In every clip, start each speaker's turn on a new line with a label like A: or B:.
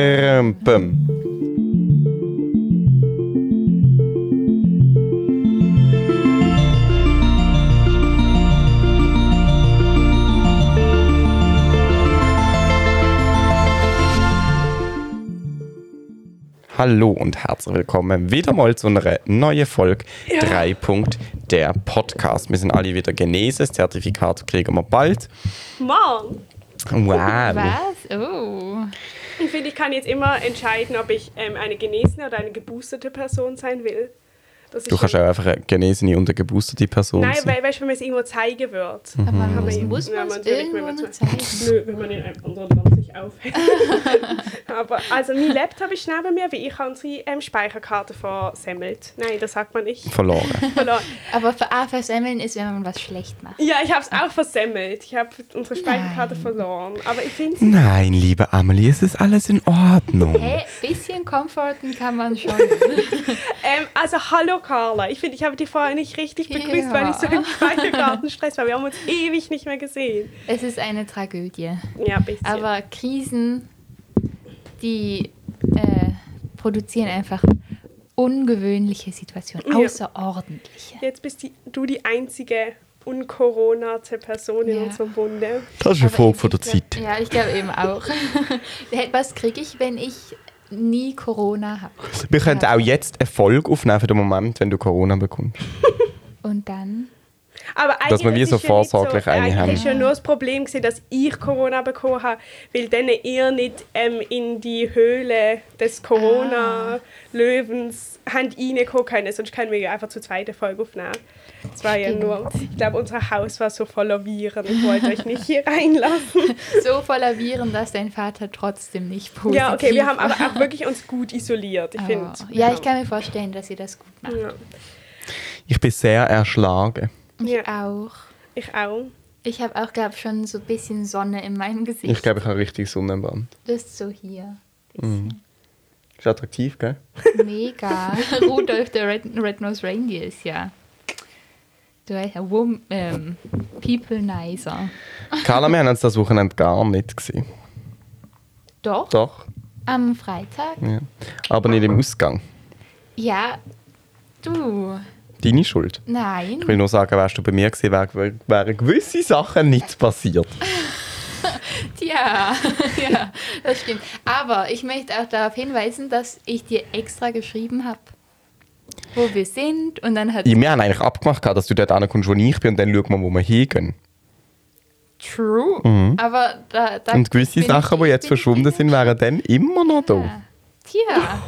A: pam, pam. Hallo und herzlich willkommen wieder mal zu einer neuen Folge 3. Punkt der Podcast. Wir sind alle wieder genesen, das Zertifikat kriegen wir bald.
B: Morgen.
A: Wow.
C: Was? Oh.
B: Ich finde, ich kann jetzt immer entscheiden, ob ich ähm, eine genesene oder eine geboosterte Person sein will. Das ist
A: Du kannst
B: schon-
A: auch einfach eine genesene und eine geboosterte Person
B: Nein,
A: sein.
B: weil, weißt, du, wenn man es irgendwo zeigen wird.
A: Mhm.
C: Aber man muss,
B: eben-
C: muss
B: ja,
C: man es
B: natürlich, wenn
C: irgendwo
B: man zu-
C: noch zeigen?
B: Nö, wenn man in einem anderen Land sich aufhält. Aber also mein Laptop ist neben mir, weil ich habe unsere ähm, Speicherkarte versemmelt. Nein, das sagt man nicht.
A: Verloren.
B: Verloren.
C: Aber für A versemmeln ist, wenn man was schlecht macht.
B: Ja, ich habe es auch versemmelt. Ich habe unsere Speicherkarte verloren. Aber ich finde es.
A: Nein, liebe Amelie, es ist alles in Ordnung.
C: Hey, bisschen comforten kann man schon.
B: Ähm, also hallo Carla. Ich finde, ich habe dich vorher nicht richtig begrüßt,
C: Ja.
B: weil ich so im Speicherkartenstress war. Wir haben uns ewig nicht mehr gesehen.
C: es ist eine Tragödie.
B: Ja, ein bisschen.
C: Aber Krisen, die äh, produzieren einfach ungewöhnliche Situationen,
B: Ja.
C: außerordentliche.
B: Jetzt bist die, du die einzige uncoronate Person in
C: Ja.
B: unserem Bunde.
A: Das ist
C: Aber
A: eine Frage
C: ich-
A: von der
C: ja,
A: Zeit.
C: Ja, ich glaube eben auch. Hey, Was kriege ich, wenn ich nie Corona habe?
A: Wir könnten
C: genau.
A: auch jetzt Erfolg aufnehmen für den Moment, wenn du Corona bekommst.
C: Und dann?
B: Aber
A: Dass wir wie
B: eigentlich
A: so
B: ist ja nicht
A: vorsorglich
B: so,
A: eine
B: eigentlich
A: haben.
B: ist ja nur das Problem gewesen, dass ich Corona bekommen habe, weil dann ihr nicht ähm, in die Höhle des Corona-Löwens habt reinkommen können. Sonst können wir ja einfach zur zweiten Folge aufnehmen. Das war ja
C: Stimmt.
B: nur, ich glaube, unser Haus war so voller Viren. Ich wollte euch nicht hier reinlassen.
C: So voller Viren, dass dein Vater trotzdem nicht positiv
B: ja, okay, wir haben
C: war.
B: aber auch wirklich uns gut isoliert. Ich finde.
C: Oh. Ja, ich kann mir vorstellen, dass ihr das gut macht.
B: Ja.
A: Ich bin sehr erschlagen.
B: Ja,
C: Auch.
B: ich auch.
C: Ich habe auch, glaube ich, schon so ein bisschen Sonne in meinem Gesicht.
A: Ich glaube, ich habe richtig Sonnenbrand.
C: Das ist so hier. Bisschen.
A: Ist attraktiv, gell?
C: Mega. Rudolf, der Red, Red Nose Reindeer ist ja. Du weißt ja, wom, ähm, People Nicer.
A: Carla, wir haben uns das Wochenende gar nicht gesehen.
C: Doch,
A: Doch,
C: am Freitag.
A: ja. Aber nicht im Ausgang.
C: Ja, du.
A: Deine Schuld.
C: Nein.
A: Ich will nur sagen, wärst du bei mir gewesen, wär- wär- wären gewisse Sachen nicht passiert.
C: Ja, ja, das stimmt. Aber ich möchte auch darauf hinweisen, dass ich dir extra geschrieben habe, wo wir sind. Und dann hat
A: Wir haben eigentlich abgemacht, gehabt, dass du dort ankommst, wo ich bin, und dann schauen wir, wo wir hingehen.
C: True. Aber da, da
A: Hm? Und gewisse
C: Äh, bin ich-
A: Sachen, die jetzt
C: bin ich
A: verschwunden sind, wären dann immer noch da.
C: Ja. Tja.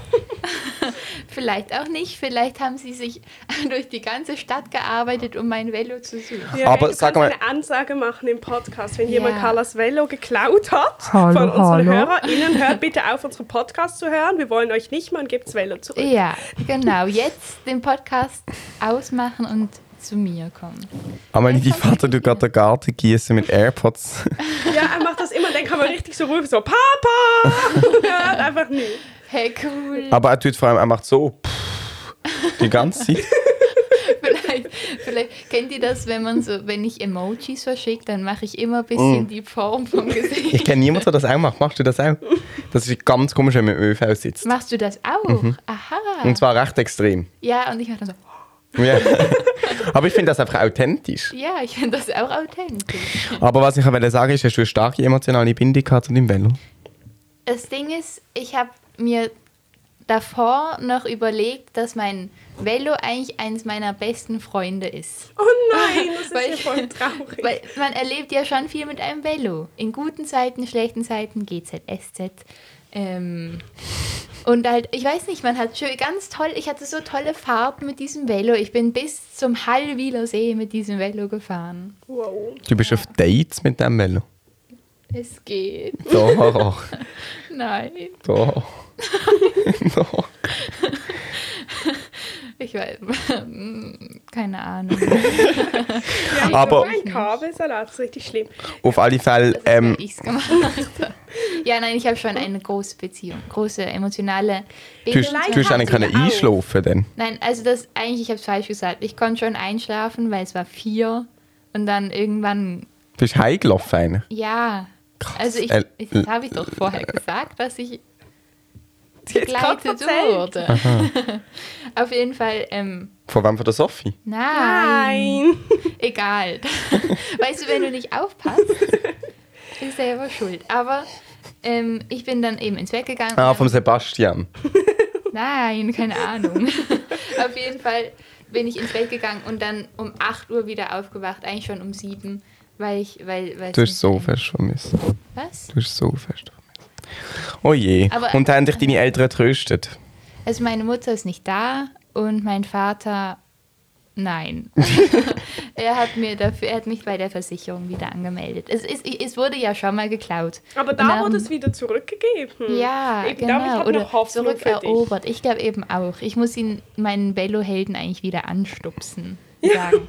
C: vielleicht auch nicht. Vielleicht haben sie sich durch die ganze Stadt gearbeitet, um mein Velo zu suchen.
B: Ja,
A: Aber
B: du
A: sag
B: kannst
A: mal-
B: eine Ansage machen im Podcast, wenn
C: Ja.
B: jemand Carlas Velo geklaut hat
C: Hallo,
B: von unseren
C: hallo.
B: HörerInnen, hört bitte auf, unseren Podcast zu hören. Wir wollen euch nicht, man gibt das Velo zurück.
C: Ja, genau. Jetzt den Podcast ausmachen und zu mir kommen.
A: Amelie, die Vater, du gerade den Garten gießen mit AirPods.
B: Ja, er macht das immer, dann kann man richtig so rufen, so Papa! Und er hört einfach nie.
C: Hey, cool.
A: Aber er tut vor allem, er macht so pff, die ganze Zeit.
C: Vielleicht, vielleicht kennt ihr das, wenn man so, wenn ich Emojis verschicke, dann mache ich immer ein bisschen
A: Mm.
C: die Form vom
A: Ich
C: Gesicht.
A: kenne niemanden, der das auch macht. Machst du das auch? Das ist ganz komisch, wenn man im ÖV sitzt.
C: Machst du das auch? Aha.
A: Mhm. Und zwar recht extrem.
C: ja, und ich mache dann so,
A: Ja. Aber ich finde das einfach authentisch.
C: ja, ich finde das auch authentisch.
A: Aber was ich auch wollte sagen ist, hast du eine starke emotionale Bindung gehabt zu deinem Velo?
C: Das Ding ist, ich habe mir davor noch überlegt, dass mein Velo eigentlich eins meiner besten Freunde ist.
B: Oh nein, das ist
C: Weil-
B: ja voll traurig.
C: Weil man erlebt ja schon viel mit einem Velo. In guten Zeiten, schlechten Zeiten, GZSZ. Ähm, und halt, ich weiß nicht, man hat schön, ganz toll, ich hatte so tolle Fahrten mit diesem Velo. Ich bin bis zum Hallwiler See mit diesem Velo gefahren.
B: wow.
A: Du bist auf Dates mit dem Velo.
C: Es geht.
A: Doch,
C: Nein.
A: doch. doch.
C: Ich weiß. hm, Keine Ahnung.
B: Ja,
A: Aber-
B: aber ein Kabelsalat, das ist richtig schlimm.
A: Auf alle Fälle, ähm,
C: ich es gemacht habe. Ja, nenein, ich habe schon eine große Beziehung, große emotionale
A: du, hast- du hast
B: Vielleicht
A: einen
B: hat sie
A: können
B: auch.
A: einschlafen dann.
C: Nein, also das eigentlich, ich habe es falsch gesagt. Ich konnte schon einschlafen, weil es war vier und dann irgendwann,
A: Du bist heimgelaufen eigentlich.
C: ja.
A: Krass.
C: Also ich,
A: Äh,
C: ich das habe ich doch vorher gesagt, dass ich
B: jetzt gerade
C: begleitet
B: erzählt.
C: wurde. Auf jeden Fall, ähm,
A: Von wem von der Sophie?
C: nein,
B: Nein.
C: egal. weißt du, wenn du nicht aufpasst, ist selber schuld. Aber ähm, ich bin dann eben ins Bett gegangen. und
A: Ah,
C: dann-
A: vom Sebastian.
C: Nein, keine Ahnung. Auf jeden Fall bin ich ins Bett gegangen und dann um 8 Uhr wieder aufgewacht, eigentlich schon um 7, weil ich, weil, weil
A: Du hast so fest vermisst.
C: Was?
A: Du hast so fest vermisst. Oh je.
C: Aber-
A: Und haben dich deine Eltern tröstet.
C: Also meine Mutter ist nicht da und mein Vater, nein. er hat mir dafür, er hat mich bei der Versicherung wieder angemeldet. Es, ist, es wurde ja schon mal geklaut.
B: Aber
C: Und
B: da
C: dann-
B: wurde es wieder zurückgegeben.
C: Genau. ja,
B: Eben
C: genau.
B: da, ich habe
C: Oder
B: noch Hoffnung für dich.
C: zurückerobert. Ich glaube eben auch. Ich muss ihn, meinen Bello-Helden eigentlich wieder anstupsen. und Sagen.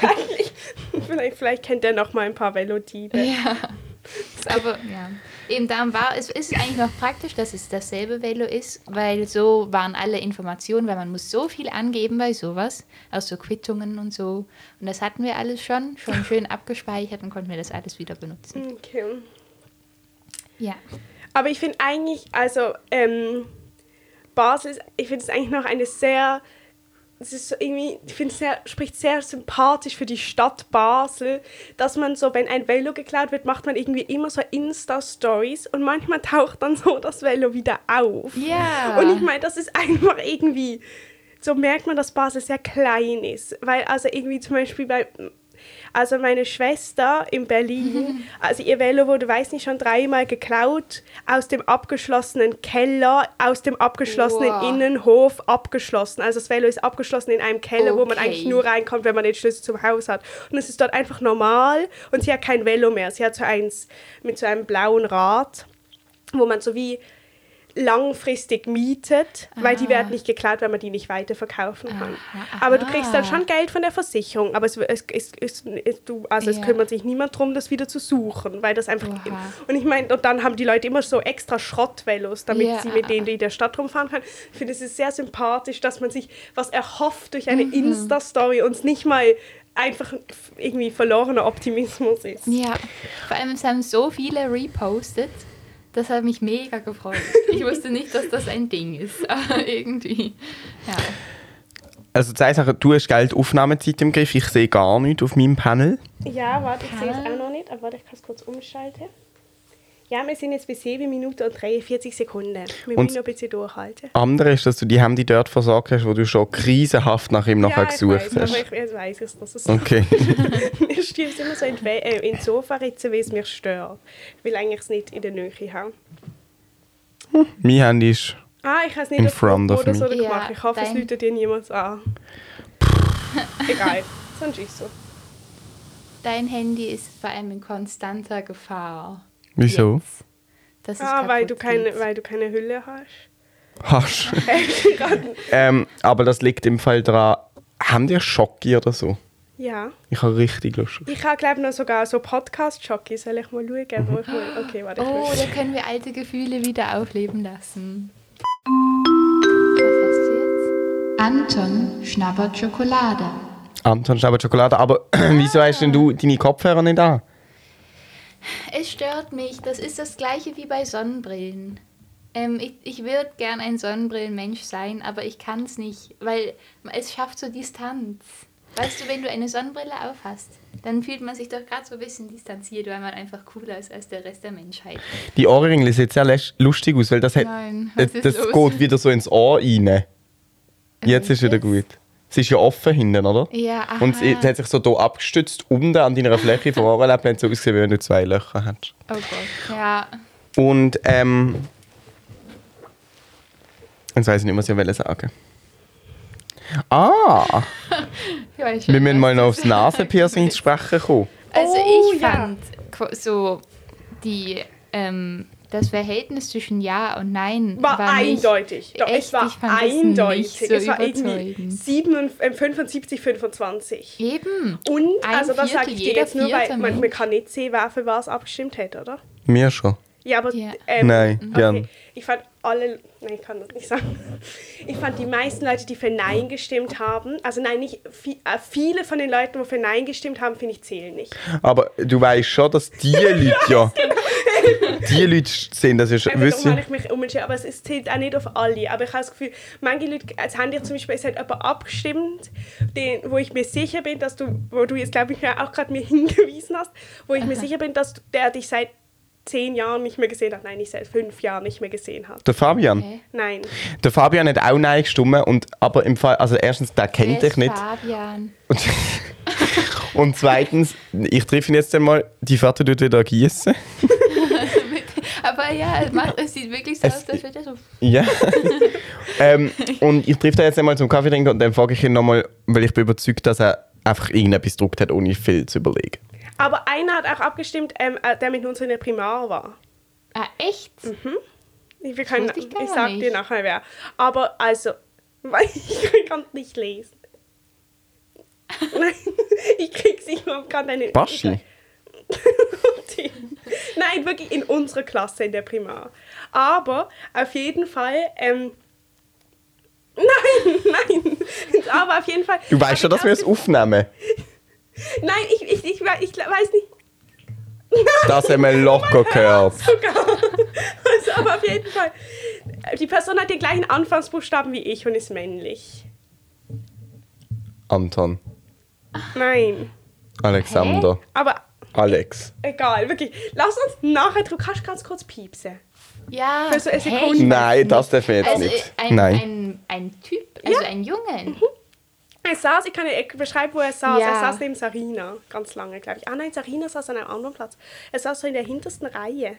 B: Eigentlich, vielleicht, vielleicht kennt er noch mal ein paar Velodiebe.
C: Ja. Ist Aber ja. Eben darum war es ist eigentlich noch praktisch, dass es dasselbe Velo ist, weil so waren alle Informationen, weil man muss so viel angeben bei sowas, aus so Quittungen und so. Und das hatten wir alles schon, schon schön abgespeichert und konnten wir das alles wieder benutzen.
B: Hm, Okay.
C: Ja.
B: Aber ich finde eigentlich, also ähm, Basis, ich finde es eigentlich noch eine sehr, es ist so irgendwie, ich finde es sehr, spricht sehr sympathisch für die Stadt Basel, dass man so, wenn ein Velo geklaut wird, macht man irgendwie immer so Insta-Stories und manchmal taucht dann so das Velo wieder auf.
C: Ja.
B: Und ich meine, das ist einfach irgendwie, so merkt man, dass Basel sehr klein ist. Weil also irgendwie zum Beispiel bei, also meine Schwester in Berlin, also ihr Velo wurde, weiß nicht, schon dreimal geklaut, aus dem abgeschlossenen Keller, aus dem abgeschlossenen
C: Wow.
B: Innenhof abgeschlossen. Also das Velo ist abgeschlossen in einem Keller, wo man
C: Okay.
B: eigentlich nur reinkommt, wenn man den Schlüssel zum Haus hat. Und es ist dort einfach normal und sie hat kein Velo mehr. Sie hat so eins mit so einem blauen Rad, wo man so wie langfristig mietet, weil die werden nicht geklaut, weil man die nicht weiterverkaufen kann.
C: Ah. Aha,
B: Aber du kriegst dann
C: aha.
B: schon Geld von der Versicherung, aber es, es, es, es, es, du, also es
C: Ja.
B: kümmert sich niemand drum, das wieder zu suchen, weil das einfach...
C: Oha.
B: Und ich meine, und dann haben die Leute immer so extra Schrottvelos, damit
C: Ja.
B: sie mit denen in der Stadt rumfahren können. Ich finde, es ist sehr sympathisch, dass man sich was erhofft durch
C: Mhm.
B: eine Insta-Story und es nicht mal einfach irgendwie verlorener Optimismus ist.
C: Ja. Vor allem, es haben so viele repostet. Das hat mich mega gefreut. Ich wusste nicht, dass das ein Ding ist. Aber irgendwie. Ja.
A: Also zwei Sachen, du hast Geld Aufnahmezeit im Griff, ich sehe gar nichts auf meinem Panel.
B: Ja, warte, ich sehe es
C: Kann-
B: auch noch nicht, aber warte, ich kann es kurz umschalten. Ja, wir sind jetzt bei 7 Minuten und 43 Sekunden. Wir
A: Und-
B: müssen noch ein bisschen durchhalten.
A: Andere ist, dass du die Handy dort versorgt hast, wo du schon krisenhaft nach ihm nachher
B: ja, ich
A: gesucht
B: weiß,
A: hast.
B: aber ich, ich weiß es, dass es so
A: Okay.
B: Mir stürzt es immer so in, die We- äh, ins Sofa ritzen, weil es mich stört. Ich will eigentlich es nicht in der Nähe haben.
A: mein Handy ist.
B: Ah, ich habe es nicht
A: In
B: auf
A: front of
B: oder so
A: me.
C: Ja,
B: gemacht. Ich hoffe, es
C: dein-
B: läutet dir niemand an. Egal, sonst ist so.
C: Dein Handy ist vor allem in konstanter Gefahr.
A: Wieso?
C: Jetzt. Das ist
B: Ah, weil du,
C: kaputt
B: keine,
C: geht.
B: weil du keine Hülle hast.
A: Hast. ähm, aber das liegt im Fall daran, haben die Schocki oder so?
B: Ja.
A: Ich habe richtig Lust.
B: Ich habe, glaube noch sogar so Podcast-Jockey. Soll ich mal schauen? Wo ich mal... Okay, warte, ich
C: Mhm. Oh,
B: muss-
C: da können wir alte Gefühle wieder aufleben lassen. Was hast du jetzt? Anton schnabbert Schokolade.
A: Anton Schnabel Schokolade, aber wieso
C: Ah.
A: hast denn du deine Kopfhörer nicht an?
C: Es stört mich. Das ist das gleiche wie bei Sonnenbrillen. Ähm, ich ich würde gern ein Sonnenbrillenmensch sein, aber ich kann es nicht, weil es schafft so Distanz. Weißt du, wenn du eine Sonnenbrille aufhast, dann fühlt man sich doch gerade so ein bisschen distanziert, weil man einfach cooler ist als der Rest der Menschheit.
A: Die Ohrringe sieht sehr läs- lustig aus, weil das hat,
C: Nein,
A: äh,
C: was ist
A: das
C: los?
A: geht wieder so ins Ohr rein. Jetzt ist wieder
C: Jetzt?
A: gut. Es ist ja offen hinten, oder?
C: Ja, aha.
A: Und es- es hat sich so hier abgestützt, unten an deiner Fläche vom Ohrenlappen hat es so ausgesehen, wie wenn du zwei Löcher hast.
C: Oh Gott. Ja,
A: Und ähm. Jetzt weiß ich nicht, was ich wollte sagen. Ah,
C: ich weiß schon.
A: wir müssen mal
C: was
A: noch
C: du
A: aufs Nasenpiercing zu sprechen kommen.
C: Also
B: Oh,
C: ich
B: ja.
C: fand qu- so die ähm, das Verhältnis zwischen Ja und Nein
B: war,
C: nicht-
B: eindeutig. Doch,
C: echt,
B: es war
C: ich fand das
B: eindeutig.
C: nicht so
B: es war irgendwie
C: überzeugend.
B: 7, äh, 75, 25.
C: Eben.
B: Und,
C: Ein
B: also das
C: Viertel,
B: sage ich dir
C: jeder
B: jetzt nur, weil
C: vierte
B: man, man
C: Mensch.
B: kann nicht sehen, wer für was abgestimmt hat, oder?
A: Mir schon.
B: Ja, aber.
C: Ja.
B: Ähm,
A: Nein, gern.
B: Ich fand alle. Nein, ich kann das nicht sagen. Ich fand die meisten Leute, die für Nein gestimmt haben, also nein, nicht. vi- äh, Viele von den Leuten, die für Nein gestimmt haben, finde ich zählen nicht.
A: Aber du weißt schon, dass die Leute ja. die Leute sehen das ja schon.
B: Einfach darum
A: Wissen.
B: habe ich mich umentschieden, aber es ist- zählt auch nicht auf alle. Aber ich habe das Gefühl, manche Leute, als haben dich zum Beispiel, es hat jemand abgestimmt, den, wo ich mir sicher bin, dass du, wo du jetzt glaube ich ja auch gerade mir hingewiesen hast, wo ich mir sicher bin, dass du, der dich seit zehn Jahren nicht mehr gesehen hat, nein, nicht seit fünf Jahren nicht mehr gesehen hat.
A: Der Fabian.
C: Okay.
B: Nein.
A: Der Fabian hat auch Nein gestimmt. Und, aber im Fall, also erstens, der kennt
C: Wer ist
A: dich nicht.
C: Fabian.
A: Und, und zweitens, ich treffe ihn jetzt einmal, die Vater tut wieder gießen.
C: Aber ja, es, macht, es sieht wirklich so
A: Es-
C: aus, als würde er so.
A: Ja. ähm, und ich treffe ihn jetzt einmal zum Kaffee trinken und dann frage ich ihn nochmal, weil ich bin überzeugt, dass er einfach irgendetwas gedruckt hat, ohne viel zu überlegen.
B: Aber einer hat auch abgestimmt, ähm, äh, der mit uns in der Primar war.
C: Ah, echt?
B: Hm. Ich, wir können,
C: wusste
B: ich,
C: ich gar
B: sag dir
C: nicht.
B: nachher wer. Aber also, weil ich kann nicht lesen. Nein, ich krieg's nicht mehr, kann deine.
A: Baschi?
B: Nein, wirklich in unserer Klasse in der Primar. Aber auf jeden Fall. Ähm, nein, nein. Aber auf jeden Fall.
A: Du weißt schon, dass wir es aufnehmen.
B: Nein, ich, ich, ich, we- ich weiß nicht.
A: Das haben wir locker gehört.
B: Sogar. Also, aber auf jeden Fall. Die Person hat den gleichen Anfangsbuchstaben wie ich und ist männlich.
A: Anton,
B: Nein.
A: Alexander,
B: Aber
A: Alex.
B: egal, wirklich. Lass uns nachher, du kannst ganz kurz piepsen.
C: Ja.
B: Für so eine
C: hey,
B: Sekunde.
C: ich weiß
A: Nein,
C: nicht.
A: das dürfen wir jetzt
C: also,
A: nicht.
C: Ein,
A: Nein.
C: Ein, ein Typ, also ein
B: Mhm.
C: Junge.
B: Er saß, ich kann dir beschreiben, wo er saß.
C: Ja.
B: Er saß neben Sarina, ganz lange, glaube ich. Ah nein, Sarina saß an einem anderen Platz. Er saß so in der hintersten Reihe.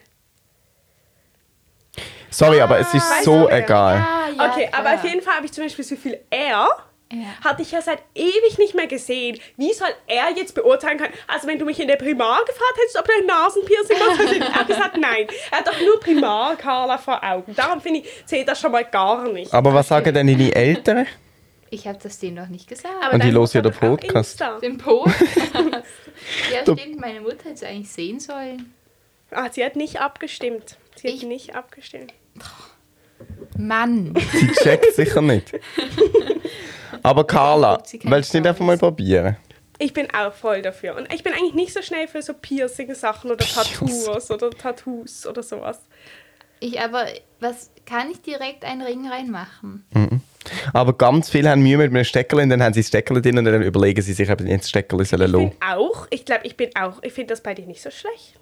A: Sorry, aber es ist
B: Weißt
A: so
B: du, wer-
A: egal.
C: Ah, ja,
B: okay,
C: klar.
B: aber auf jeden Fall habe ich zum Beispiel so viel er.
C: Ja.
B: Hatte ich ja seit ewig nicht mehr gesehen. Wie soll er jetzt beurteilen können? Also, wenn du mich in der Primar gefragt hättest, ob du ein Nasenpiercing hast, hätte er gesagt, nein. Er hat doch nur Primar-Carla vor Augen. Darum finde ich, zählt das schon mal gar nicht.
A: Aber was sagen denn deine Eltern?
C: Ich habe das denen noch nicht gesagt.
B: Aber
A: Und die
B: deine
A: losen ja
B: Mutter
A: den
B: hat auch
A: Podcast.
B: Insta.
C: Den Po. ja,
A: Du-
C: stimmt, meine Mutter hätte es eigentlich sehen sollen.
B: Ah, sie hat nicht abgestimmt. Sie hat
C: Ich-
B: nicht abgestimmt.
C: Mann.
A: Die checkt sicher nicht. Aber Carla,
C: Sie kennt
A: willst du nicht einfach mal probieren?
B: Ich bin auch voll dafür. Und ich bin eigentlich nicht so schnell für so Piercing-Sachen oder
A: Piercing.
B: Tattoos oder Tattoos oder sowas.
C: Ich aber, was kann ich direkt einen Ring reinmachen?
A: Aber ganz viele haben Mühe mit einem Steckerl, und dann haben sie das Steckerl drin und dann überlegen sie sich, ob sie das Steckerl sollen
B: Ich bin
A: lassen.
B: auch, ich glaube, ich bin auch, ich finde das bei dir nicht so schlecht.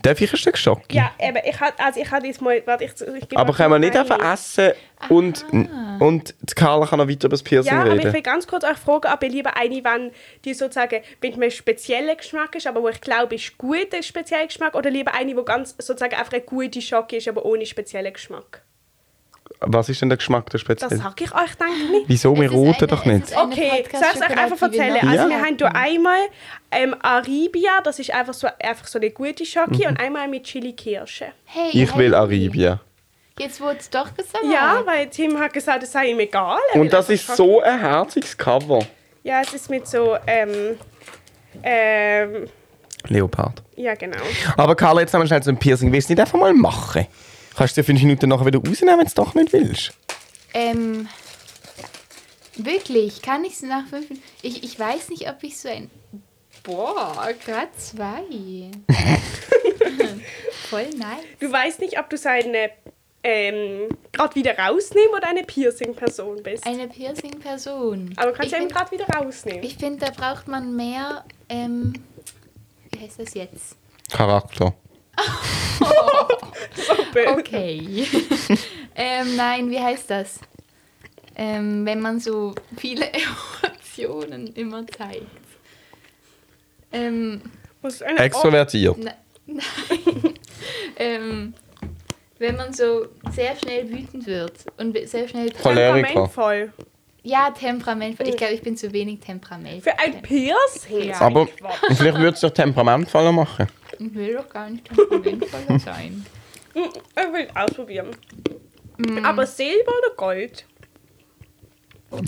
A: Darf ich ein Stück Schock?
B: Ja, eben, ich hatte, also ich hatte jetzt mal, warte, ich, ich gebe
A: Aber
B: mal
A: können wir nicht
B: kurz
A: einfach
B: ein.
A: essen und, und die Carla kann noch weiter über das Piercing
B: Ja, aber ich
A: reden?
B: will ganz kurz auch fragen, ob ihr lieber eine wenn die sozusagen mit einem speziellen Geschmack ist, aber wo ich glaube, ist gut ein spezieller Geschmack, oder lieber eine, wo ganz sozusagen einfach eine gute Schocke ist, aber ohne speziellen Geschmack.
A: Was ist denn der Geschmack der
B: Das
A: speziell?
B: sag ich euch, denke ich nicht.
A: Wieso? Wir
C: Es ist
A: roten
C: eine-
A: doch
C: es
A: nicht.
C: ist eine
B: Okay, soll ich euch
C: Podcast-Schokolade,
B: einfach
C: die wir
B: erzählen?
C: noch-
B: Also
A: Ja.
B: wir haben hier einmal ähm, Aribia, das ist einfach so, einfach so eine gute Schocke,
A: Mhm.
B: und einmal mit Chili-Kirsche.
C: Hey,
A: Ich will
C: hey.
A: Arabia.
C: Jetzt wurde es doch gesagt.
B: Ja, weil Tim hat gesagt, es sei ihm egal. er will
A: Und das
B: einfach
A: ist
B: Schocke.
A: so ein herziges Cover.
B: Ja, es ist mit so, ähm, ähm,
A: Leopard.
B: ja genau.
A: Aber Carla, jetzt nochmal schnell zum Piercing. Willst du nicht einfach mal machen? Kannst du dir fünf Minuten nachher wieder rausnehmen, wenn du es doch nicht willst?
C: Ähm, wirklich, kann ich es nach fünf Minuten. Ich, ich weiß nicht, ob ich so ein. Boah, grad zwei. Voll nice.
B: Du weißt nicht, ob du so eine ähm, gerade wieder rausnehmen oder eine Piercing-Person bist.
C: Eine Piercing-Person.
B: Aber du kannst
C: Also, ich
B: ja eben
C: find-
B: gerade wieder rausnehmen.
C: Ich finde, da braucht man mehr. Ähm, wie heißt das jetzt?
A: Charakter.
C: Okay. ähm, nein, wie heißt das? Ähm, wenn man so viele Emotionen immer zeigt. Ähm,
B: Muss äh, oh, eine
A: Extrovertiert.
C: Ne- Nein. ähm, wenn man so sehr schnell wütend wird und wi- sehr schnell.
B: Oh,
A: Choleriker.
B: temperamentvoll.
C: Ja, Temperament. Ich glaube, ich bin zu wenig Temperament.
B: Für ein Piercing?
C: Ja.
A: Aber vielleicht würdest du doch temperamentvoller machen.
C: Ich will doch gar nicht temperamentvoller sein.
B: Hm, Ich will ausprobieren.
C: Mhm.
B: Aber Silber oder Gold?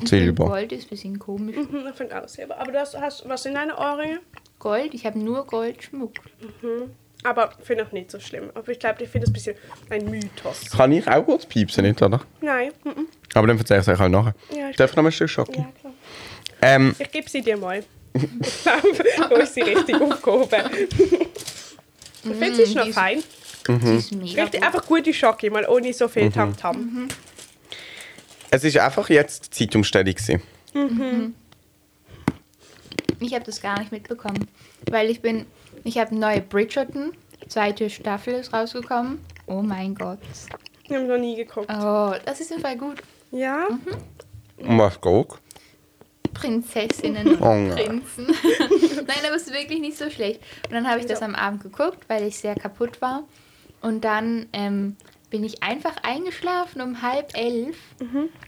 A: Silber.
C: Gold ist ein bisschen komisch.
B: Hm, Ich finde auch Silber. Aber du hast, hast was in deiner Ohrringe?
C: Gold, ich habe nur Goldschmuck.
B: Aber finde ich nicht so schlimm. Aber ich glaube, ich finde es ein bisschen ein Mythos.
A: Kann ich auch kurz piepsen, nicht, oder?
B: Nein. mhm.
A: Aber dann erzähle ich es euch halt nachher.
B: Ja, ich-
A: Darf ich noch mal ein Stück schocken?
B: Ja, klar.
A: Ähm,
B: Ich gebe sie dir mal. Ich glaube, da ist sie richtig aufgehoben. Ich finde, sie ist noch
C: Mhm, die ist-
B: fein.
C: Sie ist mega
B: Richtig,
C: gut. Mhm.
B: einfach gute Schocke, mal ohne so viel Tamtam.
A: es ist einfach jetzt die Zeitumstellung. gewesen.
C: Ich habe das gar nicht mitbekommen, weil ich bin, ich habe neue Bridgerton, zweite Staffel ist rausgekommen. Oh mein Gott.
B: Ich habe noch nie geguckt.
C: Oh, das ist im Fall gut. Mhm.
B: Ja?
A: Um was geht's?
C: Prinzessinnen und
A: Oh nein.
C: Prinzen. Nein, aber es ist wirklich nicht so schlecht. Und dann habe ich das am Abend geguckt, weil ich sehr kaputt war. Und dann ähm, bin ich einfach eingeschlafen um halb elf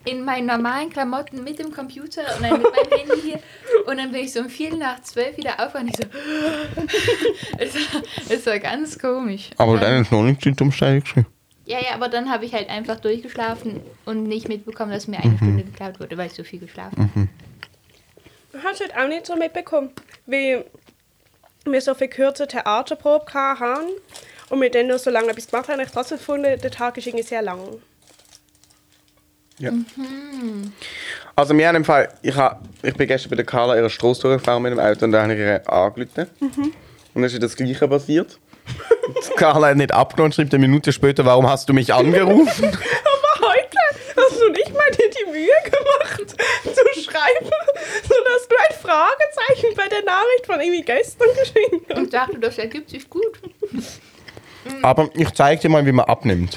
C: in meinen normalen Klamotten mit dem Computer und dann mit meinem Handy hier. Und dann bin ich so um viertel nach zwölf wieder auf und ich so. es, war, es war ganz komisch.
A: Aber
C: Und
A: dann ist noch nicht die Zeitumstellung. gewesen.
C: ja, ja, aber dann habe ich halt einfach durchgeschlafen und nicht mitbekommen, dass mir eine Stunde geklaut wurde, weil ich so viel geschlafen habe.
B: Ich habe es halt auch nicht so mitbekommen, weil wir so viel kürzer Theaterprobe gehabt haben und wir dann noch so lange etwas gemacht haben. Ich habe trotzdem gefunden, der Tag ist irgendwie sehr lang.
A: Ja. Also wir haben im Fall, ich, hab, ich bin gestern bei der Carla ihre Straße durchgefahren mit dem Auto und da habe ich ihr angerufen. Und dann ist ihr das Gleiche passiert. Die Carla hat nicht abgenommen und schreibt eine Minute später, warum hast du mich angerufen?
B: Aber heute hast du nicht mal dir die Mühe gemacht zu schreiben, sondern hast du ein Fragezeichen bei der Nachricht von irgendwie gestern geschrieben.
C: Und dachte, das ergibt sich gut.
A: Aber ich zeige dir mal, wie man abnimmt.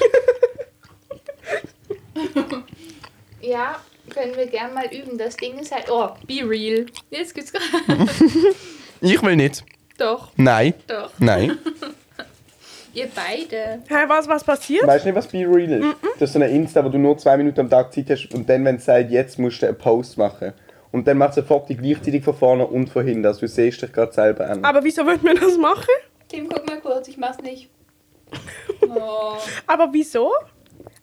C: Ja, können wir gern mal üben. Das Ding ist halt, oh, be real. Jetzt gibt's gerade.
A: Ich will nicht.
C: doch,
A: Nein.
C: doch.
A: Nein.
C: Ihr beide.
B: Hey, was, was passiert?
A: Weißt du nicht, was Be Real ist? Das ist so eine Insta, wo du nur zwei Minuten am Tag Zeit hast und dann, wenn es sagt, jetzt musst du einen Post machen. Und dann macht sofort die gleichzeitig von vorne und von hinten. Also du siehst dich gerade selber an.
B: Aber wieso wollten wir das machen?
C: Tim, guck mal kurz, ich mach's nicht. Oh.
B: Aber wieso?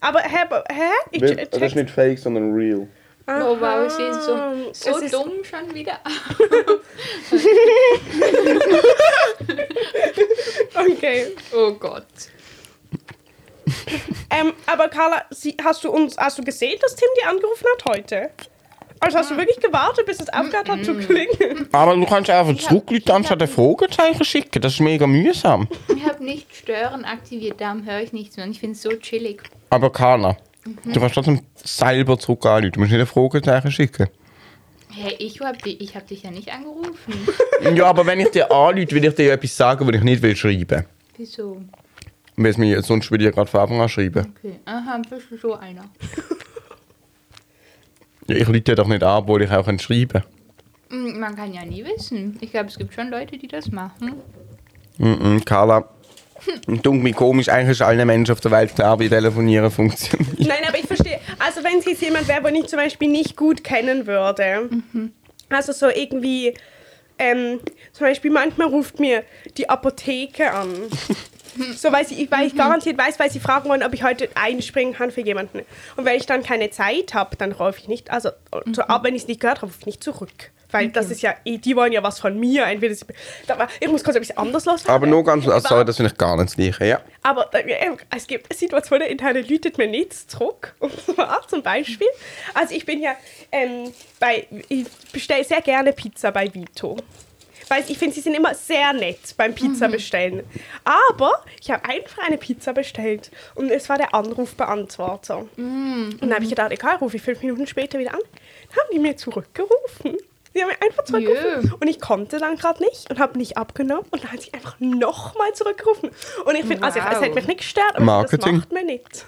B: Aber hä? aber- hä? Ich
A: Weil-
B: check-
A: das ist nicht fake, sondern real.
C: oh wow, ich sehe so,
B: Aha.
C: so
B: Es ist-
C: dumm schon wieder aus.
B: Okay.
C: Oh Gott.
B: Ähm, aber Carla, sie, hast du uns, hast du gesehen, dass Tim die angerufen hat heute? Also hast du wirklich gewartet, bis es aufgehört hat zu klingen?
A: Aber du kannst einfach
C: zurücklüten, anstatt ein
A: Fragezeichen schicken. Das ist mega mühsam.
C: Ich habe nicht stören aktiviert, darum höre ich nichts mehr. Und ich finde es so chillig.
A: Aber Carla, du kannst trotzdem selber zurück anrufen. Du musst nicht ein Fragezeichen schicken.
C: Hä, hey, ich habe dich, ich hab dich ja nicht angerufen.
A: ja, aber wenn ich dir anrufe, will ich dir ja etwas sagen, was ich nicht will schreiben.
C: Wieso?
A: Weil es mir sonst würde ich ja gerade von Anfang an schreiben.
C: Okay, aha, bist du so einer.
A: Ja, ich rufe dir doch nicht an, obwohl ich auch schreiben kann.
C: Hm, Man kann ja nie wissen. Ich glaube, es gibt schon Leute, die das machen.
A: Mhm, Carla. Dunkel mich Hm. komisch, eigentlich ist allen Menschen auf der Welt klar, wie Telefonieren funktioniert.
B: Nein, aber ich verstehe. Also wenn es jetzt jemand wäre, den ich zum Beispiel nicht gut kennen würde. Also so irgendwie, ähm, zum Beispiel manchmal ruft mir die Apotheke an. So, weil, sie, weil ich garantiert weiß, weil sie fragen wollen, ob ich heute einspringen kann für jemanden. Und wenn ich dann keine Zeit habe, dann rufe ich nicht, also so, auch wenn ich es nicht gehört habe, rufe ich nicht zurück. Weil das ist ja, eh- die wollen ja was von mir. Entweder sie, aber ich muss kurz ein bisschen anders loswerden.
A: Aber nur ganz, also, sorry, das finde ich gar nicht das Gleiche, ja.
B: Aber äh, es gibt Situationen, in denen Leute mir nichts zurück. Und zwar zum Beispiel, also ich bin ja ähm, bei, ich bestelle sehr gerne Pizza bei Vito. Weil ich finde, sie sind immer sehr nett beim Pizza bestellen. Aber ich habe einfach eine Pizza bestellt und es war der Anrufbeantworter. Und dann habe ich gedacht, egal, rufe ich fünf Minuten später wieder an. Dann haben die mir zurückgerufen. Die haben mir einfach zurückgerufen.
C: Jö.
B: Und ich konnte dann gerade nicht und habe nicht abgenommen. Und dann hat sie einfach nochmal zurückgerufen. Und ich finde, also ich- es hat
C: Wow.
B: mich nicht gestört, aber
A: Marketing.
B: das macht man nicht.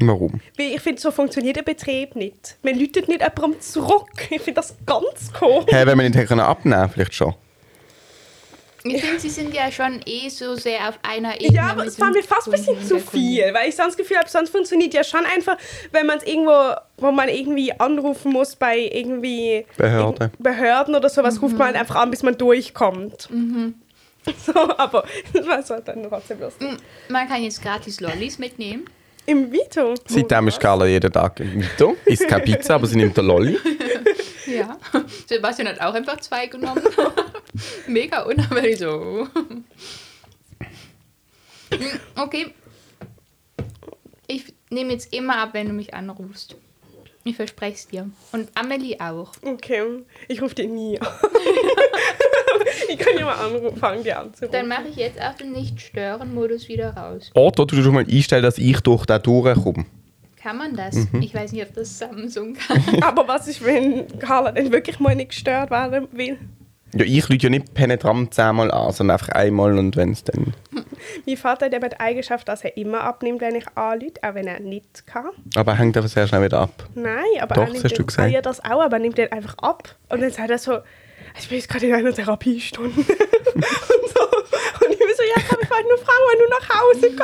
A: Warum?
B: Weil ich finde, so funktioniert ein Betrieb nicht. Man läutet nicht jemandem zurück. Ich finde das ganz cool.
A: Hä, wenn wir nicht hätte können abnehmen können, vielleicht schon.
C: Ich finde, sie sind ja schon eh so sehr auf einer Ebene.
B: Ja, aber
C: mit
B: es war
C: dem
B: mir fast ein
C: Kunden
B: bisschen zu
C: und der
B: viel, weil ich sonst das Gefühl habe, sonst funktioniert ja schon einfach, wenn man es irgendwo, wo man irgendwie anrufen muss bei irgendwie
A: Behörde.
B: irgend- Behörden oder sowas, ruft man halt einfach an, bis man durchkommt. So, aber das war so dann trotzdem lustig.
C: Kundin. Man kann jetzt gratis Lollis mitnehmen.
B: Im Vito.
A: Seitdem ist Carla jeden Tag im Vito. Isst keine Pizza, aber sie nimmt den Lolli.
C: Ja. Sebastian hat auch einfach zwei genommen. Mega unabhängig so. Okay. Ich nehme jetzt immer ab, wenn du mich anrufst. Ich verspreche es dir. Und Amelie auch.
B: Okay, ich rufe den nie an. ich kann ja mal anfangen, die anzurufen.
C: Dann mache ich jetzt auch den Nicht-Stören-Modus wieder raus.
D: Oder Oh, du schon mal einstellen, dass ich durch da durchkomme.
C: Kann man das? Ich weiß nicht, ob das Samsung kann.
B: Aber was ist, wenn Carla denn wirklich mal nicht gestört werden will?
D: Ja, ich lüte ja nicht penetrant zehnmal an, sondern einfach einmal und wenn es dann.
B: Mein Vater der hat die Eigenschaft, dass er immer abnimmt, wenn ich anrufe, auch wenn er nicht kann.
D: Aber hängt einfach sehr schnell wieder ab.
B: Nein, aber
D: Doch,
B: er nimmt
D: das hast du
B: den,
D: gesagt.
B: Ah, ja, das auch, aber er nimmt den einfach ab. Und dann sagt er so, ich bin jetzt gerade in einer Therapiestunde. und, so. und ich bin so, ja komm, ich wollte nur fragen, wenn du nach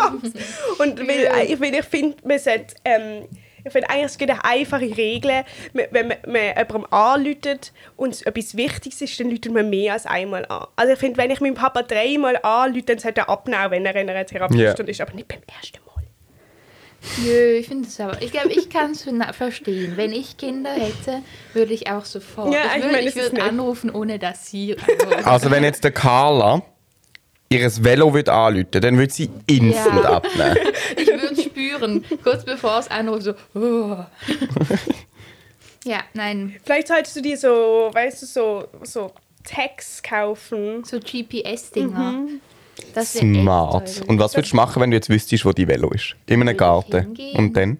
B: Hause kommst. Und weil, ich, weil ich finde, man sollte, ähm, ich finde eigentlich, es gibt eine einfache Regel, Man- wenn man, man jemandem anruft und es etwas Wichtiges ist, dann ruft man mehr als einmal an. Also ich finde, wenn ich meinem Papa dreimal anrufe, dann sollte er abnehmen, wenn er in einer Therapiestunde ist, aber nicht beim ersten Mal.
C: Nö, ich finde es aber. Ich glaube, ich kann es verstehen. Wenn ich Kinder hätte, würde ich auch sofort.
B: Ja, ich
C: ich würde
B: meine, es
C: ich
B: ist
C: würd
B: nicht-
C: anrufen, ohne dass sie. anrufen.
D: Also wenn jetzt der Carla ihres Velo wird anrufen, dann wird sie instant
C: Ja.
D: abnehmen.
C: ich würde spüren, kurz bevor es anruft, so. Oh. ja, nein.
B: Vielleicht solltest du dir so, weißt du, so, so Tags kaufen.
C: So GPS-Dinger.
B: Mhm.
C: Das wär echt
D: Smart.
C: toll.
D: Und was würdest du machen, wenn du jetzt wüsstest, wo die Velo ist? In einem
C: ich
D: Garten.
C: hingehen?
D: Und dann?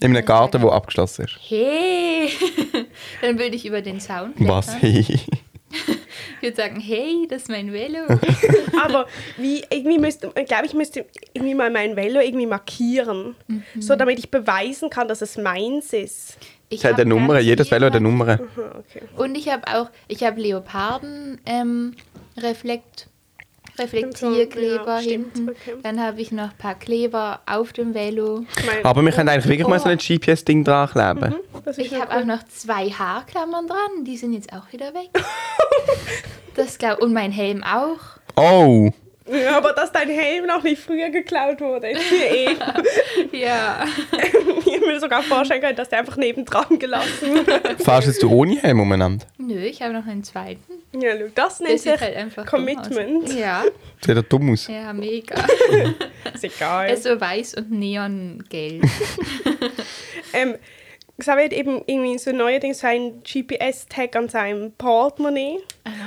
D: In einem Garten, wo abgeschlossen ist.
C: Hey! Dann würde ich über den Zaun klettern.
D: Was? Hey.
C: Ich würde sagen, hey, das ist mein Velo.
B: Aber wie, irgendwie müsste, ich glaube, ich müsste irgendwie mal mein Velo irgendwie markieren.
C: Mhm.
B: So, damit ich beweisen kann, dass es meins ist.
C: Ich
D: Es hat eine
C: hab
D: halt Nummer,
C: ganz
D: jedes Velo hat eine
C: viele-
D: Nummer.
B: Ah, Okay.
C: Und ich habe auch, ich habe Leoparden ähm, reflekt, Reflektierkleber
B: Ja, stimmt,
C: hinten.
B: okay.
C: Dann habe ich noch ein paar Kleber auf dem Velo.
B: Ich meine,
D: Aber wir Mhm. können eigentlich wirklich mal so ein GPS-Ding dran kleben.
B: das ist
C: Ich
B: schon
C: habe auch noch zwei Haarklammern dran, die sind jetzt auch wieder weg. Das glaub, und mein Helm auch.
D: Oh!
B: cool. Ja, aber dass dein Helm noch nicht früher geklaut wurde, ist mir eh.
C: Ja.
B: Ich mir sogar vorstellen können, dass der einfach nebendran gelassen wurde.
D: Fahrst jetzt du ohne Helm umeinander?
C: Nö, ich habe noch einen zweiten.
B: Ja, schau, das
C: Der
B: nennt
C: sieht
B: sich
C: halt einfach dumm aus.
B: Commitment.
C: Ja,
D: Sieht ja dumm aus.
C: ja, mega.
B: Ist egal.
C: Er ist so weiß und neongelb.
B: Ähm, Xavier hat eben irgendwie so neuerdings seinen GPS-Tag an seinem Portemonnaie.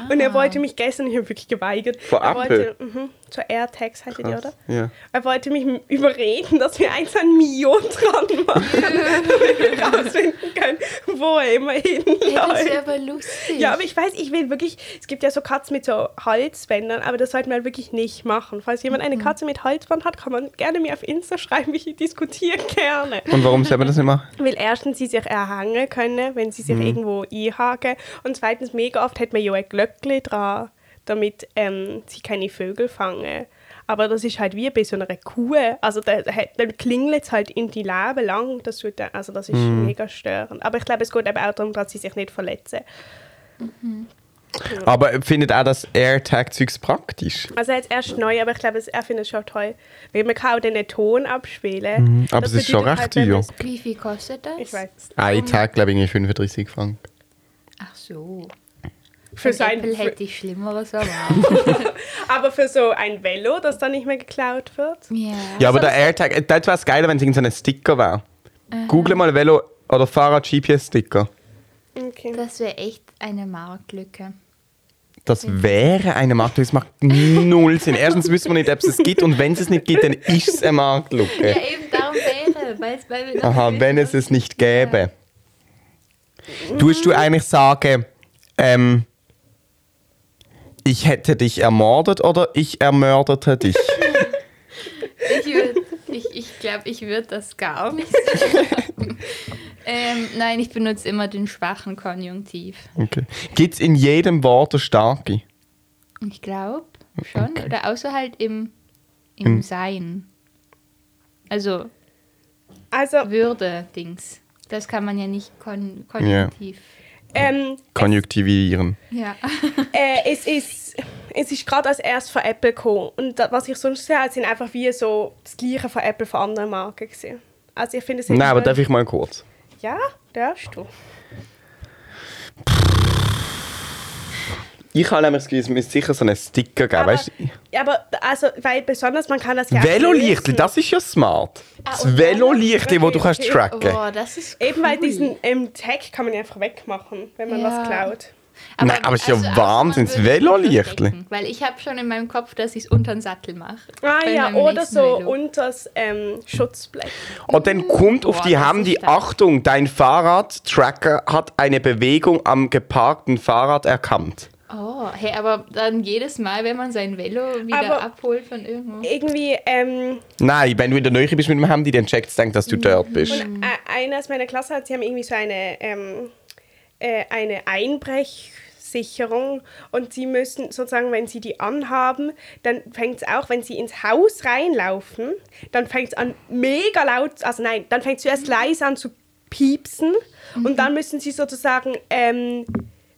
B: Und er wollte mich gestern, ich habe wirklich geweigert.
D: Vor
B: er
D: Apple?
B: wollte, mhm, Zur AirTags heißt die, oder?
D: Ja.
B: Er wollte mich m- überreden, dass wir eins an Mio dran machen, damit wir rausfinden können, wo er immer
C: Hey, das wäre
B: hinläuft.
C: aber lustig.
B: Ja, aber ich weiß, ich will wirklich, es gibt ja so Katzen mit so Halsbändern, aber das sollte man wirklich nicht machen. Falls jemand eine Katze mit Halsband hat, kann man gerne mir auf Insta schreiben, ich diskutiere gerne.
D: Und warum soll man das nicht machen?
B: Weil erstens sie sich erhängen können, wenn sie sich
D: Mhm.
B: irgendwo einhaken. Und zweitens, mega oft hat man ja ein Glöckchen dran, damit ähm, sie keine Vögel fangen. Aber das ist halt wie bei so einer Kuh. Also da, da- dann klingelt es halt in die Leben lang. Das, tut dann, also das ist
D: Mhm.
B: mega störend. Aber ich glaube, es geht eben auch darum, dass sie sich nicht verletzen.
D: Aber findet auch das AirTag-Zeugs praktisch?
B: Also jetzt erst neu, aber ich glaube, es- er findet es schon toll. Weil man kann auch den Ton abspielen.
D: Mhm. Aber
B: Das
D: es ist schon
B: bedeutet halt,
D: recht
B: wenn man
D: teuer.
B: es-
C: Wie viel kostet das?
B: Ich weiß.
D: Ein Tag, glaube ich, irgendwie 35 Franken.
C: Ach so.
B: Für
C: Von
B: sein,
C: Apple
B: für,
C: hätte ich Schlimmeres erwartet.
B: aber für so ein Velo, das dann nicht mehr geklaut wird.
C: ja.
D: Ja, aber der AirTag, äh, das wäre es geil, wenn es irgendein Sticker wäre. Google mal Velo oder Fahrrad-GPS-Sticker.
B: Okay.
C: Das wäre echt eine Marktlücke.
D: Das wäre eine Marktlücke. Das macht null Sinn. Erstens wissen wir nicht, ob es es gibt und wenn es es nicht gibt, dann ist es eine
C: Ja,
D: Marktlücke.
C: eben darum wäre, weil, weil wir noch
D: Aha,
C: nicht
D: wenn es
C: wissen,
D: es nicht gäbe. Tust du eigentlich sagen, ähm, ich hätte dich ermordet oder ich ermörderte dich?
C: Ich glaube, ich, ich, glaub, ich würde das gar nicht sagen. ähm, nein, ich benutze immer den schwachen Konjunktiv.
D: Okay. Gibt es in jedem Wort eine starke?
C: Ich glaube schon. Oder außer halt im, im Sein. Also
B: Also,
C: Würde-Dings. Das kann man ja nicht kon konjunktiv.
B: ähm,
D: Konjunktivieren.
C: Ja.
B: äh, es ist, es ist gerade als erst von Apple gekommen. Und da, was ich sonst sehe, sind einfach wie so das Gleiche von Apple von anderen Marken gesehen. Also ich finde es
D: Nein, aber darf ich mal kurz?
B: Ja, darfst du.
A: Ich habe nämlich das Gefühl, es müsste sicher so einen Sticker geben,
B: Aber,
A: weißt du?
B: aber also, weil besonders, man kann das ja auch
A: Velolichte,
B: lösen.
A: das ist ja smart.
D: Ah,
A: Das
C: und dann-
A: Velolichte, das du kannst
D: Oh.
A: tracken.
C: Boah, das ist cool.
B: Eben weil diesen ähm, Tag kann man ja einfach wegmachen, wenn man
C: Ja.
B: was klaut.
A: Nein, aber es ist ja
C: außer
A: wahnsinns
C: also, man würde es
A: Velolichtli.
C: verstecken, Weil ich habe schon in meinem Kopf, dass ich es unter den Sattel mache.
B: Ah
C: Bei
B: ja,
C: meinem
B: oder
C: nächsten
B: so
C: Velo.
B: unters ähm, Schutzblech.
A: Und dann kommt auf
C: Boah,
A: die
C: das
A: Handy,
C: ist stark.
A: Achtung, dein Fahrradtracker hat eine Bewegung am geparkten Fahrrad erkannt.
C: Oh, hey, aber dann jedes Mal, wenn man sein Velo wieder
B: Aber-
C: abholt von irgendwo.
B: Irgendwie, ähm,
A: Nein, wenn du in der Nähe bist mit dem Handy, dann checkt es, denkt, dass du dort bist.
B: Und e- einer aus meiner Klasse hat, sie haben irgendwie so eine, ähm, äh, eine Einbrechsicherung und sie müssen sozusagen, wenn sie die anhaben, dann fängt es auch, wenn sie ins Haus reinlaufen, dann fängt es an mega laut, also nein, dann fängt es zuerst leise an zu piepsen und dann müssen sie sozusagen ähm,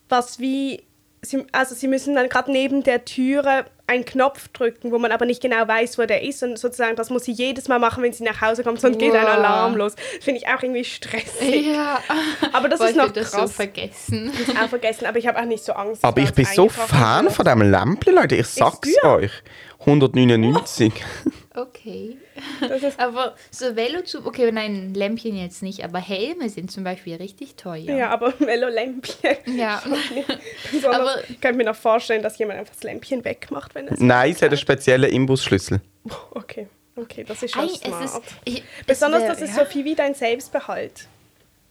B: was wie, sie, also sie müssen dann gerade neben der Türe einen Knopf drücken, wo man aber nicht genau weiß, wo der ist und sozusagen, das muss sie jedes Mal machen, wenn sie nach Hause kommt, sonst geht ein
C: Wow.
B: Alarm los. Finde ich auch irgendwie stressig.
C: Ja,
B: Aber das
C: Boah,
B: ist
C: ich würd
B: noch
C: das so
B: krass.
C: vergessen.
B: auch vergessen, aber ich habe auch nicht so Angst. dass
A: Aber
B: man
A: ich bin
B: es
A: so
B: eingebracht
A: Fan
B: wird.
A: von diesem Lämpchen, Leute. Ich sag's
B: teuer.
A: euch. 199.
C: Okay.
B: Das ist,
C: Aber so Velo zu. Okay, nein, Lämpchen jetzt nicht, aber Helme sind zum Beispiel richtig teuer.
B: ja, aber Mellow Lämpchen.
C: Ja.
B: Aber
C: Aber-
B: ich könnte mir noch vorstellen, dass jemand einfach das Lämpchen wegmacht, wenn es. Oh,
A: Nein, es hat einen speziellen Imbusschlüssel.
B: Okay, okay, das ist schon
C: Ei,
B: smart.
C: es ist, ich,
B: Besonders,
C: es wär-
B: das ist
C: ja.
B: so viel wie dein Selbstbehalt.